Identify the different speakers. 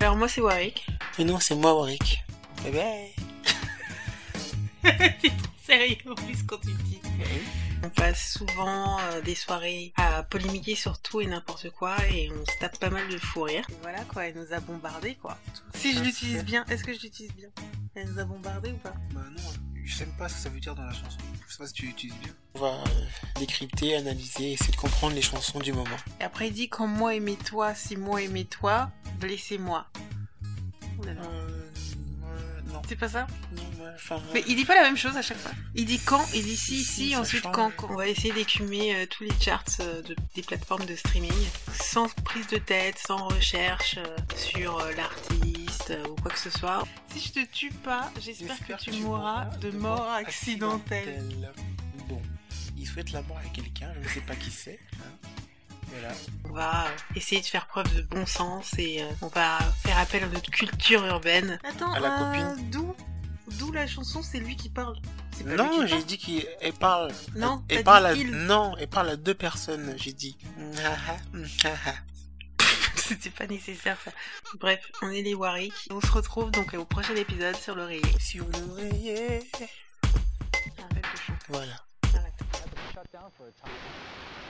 Speaker 1: Alors moi c'est Warwick.
Speaker 2: Mais non, c'est moi, Warwick. Eh ben, Bye bye.
Speaker 1: T'es trop sérieux en plus quand tu le dis. On passe souvent euh, des soirées à polémiquer sur tout et n'importe quoi et on se tape pas mal de fou rire. Et voilà quoi, elle nous a bombardé quoi. Si je l'utilise bien, est-ce que je l'utilise bien Elle nous a bombardé ou pas
Speaker 3: Bah non, je sais même pas ce que ça veut dire dans la chanson. Je sais pas si tu l'utilises bien.
Speaker 2: On va euh, décrypter, analyser, essayer de comprendre les chansons du moment.
Speaker 1: Et après il dit quand moi aimais toi, si moi aimais toi, blessez-moi. Oh là là.
Speaker 2: Euh, euh, non.
Speaker 1: C'est pas ça
Speaker 2: Non, moi, enfin. euh,
Speaker 1: Mais il dit pas la même chose à chaque fois. Il dit quand, il dit si, si,
Speaker 2: Si, ça
Speaker 1: ensuite
Speaker 2: change.
Speaker 1: quand, quand. On va essayer d'écumer euh, tous les charts euh, de- des plateformes de streaming, sans prise de tête, sans recherche euh, sur euh, l'artiste euh, ou quoi que ce soit. Si je te tue pas, j'espère que tu mourras de mort accidentelle.
Speaker 2: Bon, il souhaite la mort à quelqu'un, je ne sais pas qui c'est. hein. Voilà.
Speaker 1: On va euh, essayer de faire preuve de bon sens et euh, on va faire appel à notre culture urbaine. Attends,
Speaker 2: À la euh,
Speaker 1: d'où D'où la chanson, c'est lui qui parle.
Speaker 2: Non, j'ai dit qu'elle parle.
Speaker 1: Non,
Speaker 2: elle,
Speaker 1: t'as
Speaker 2: parle
Speaker 1: dit
Speaker 2: à...
Speaker 1: il.
Speaker 2: Non, elle parle à deux personnes, j'ai dit. Naha, naha.
Speaker 1: C'était pas nécessaire ça. Bref, on est les Warwick. On se retrouve donc au prochain épisode sur l'oreiller.
Speaker 2: Sur l'oreiller.
Speaker 1: Arrête de chanter,
Speaker 2: Voilà.
Speaker 1: arrête.
Speaker 4: had to be shut down for a time.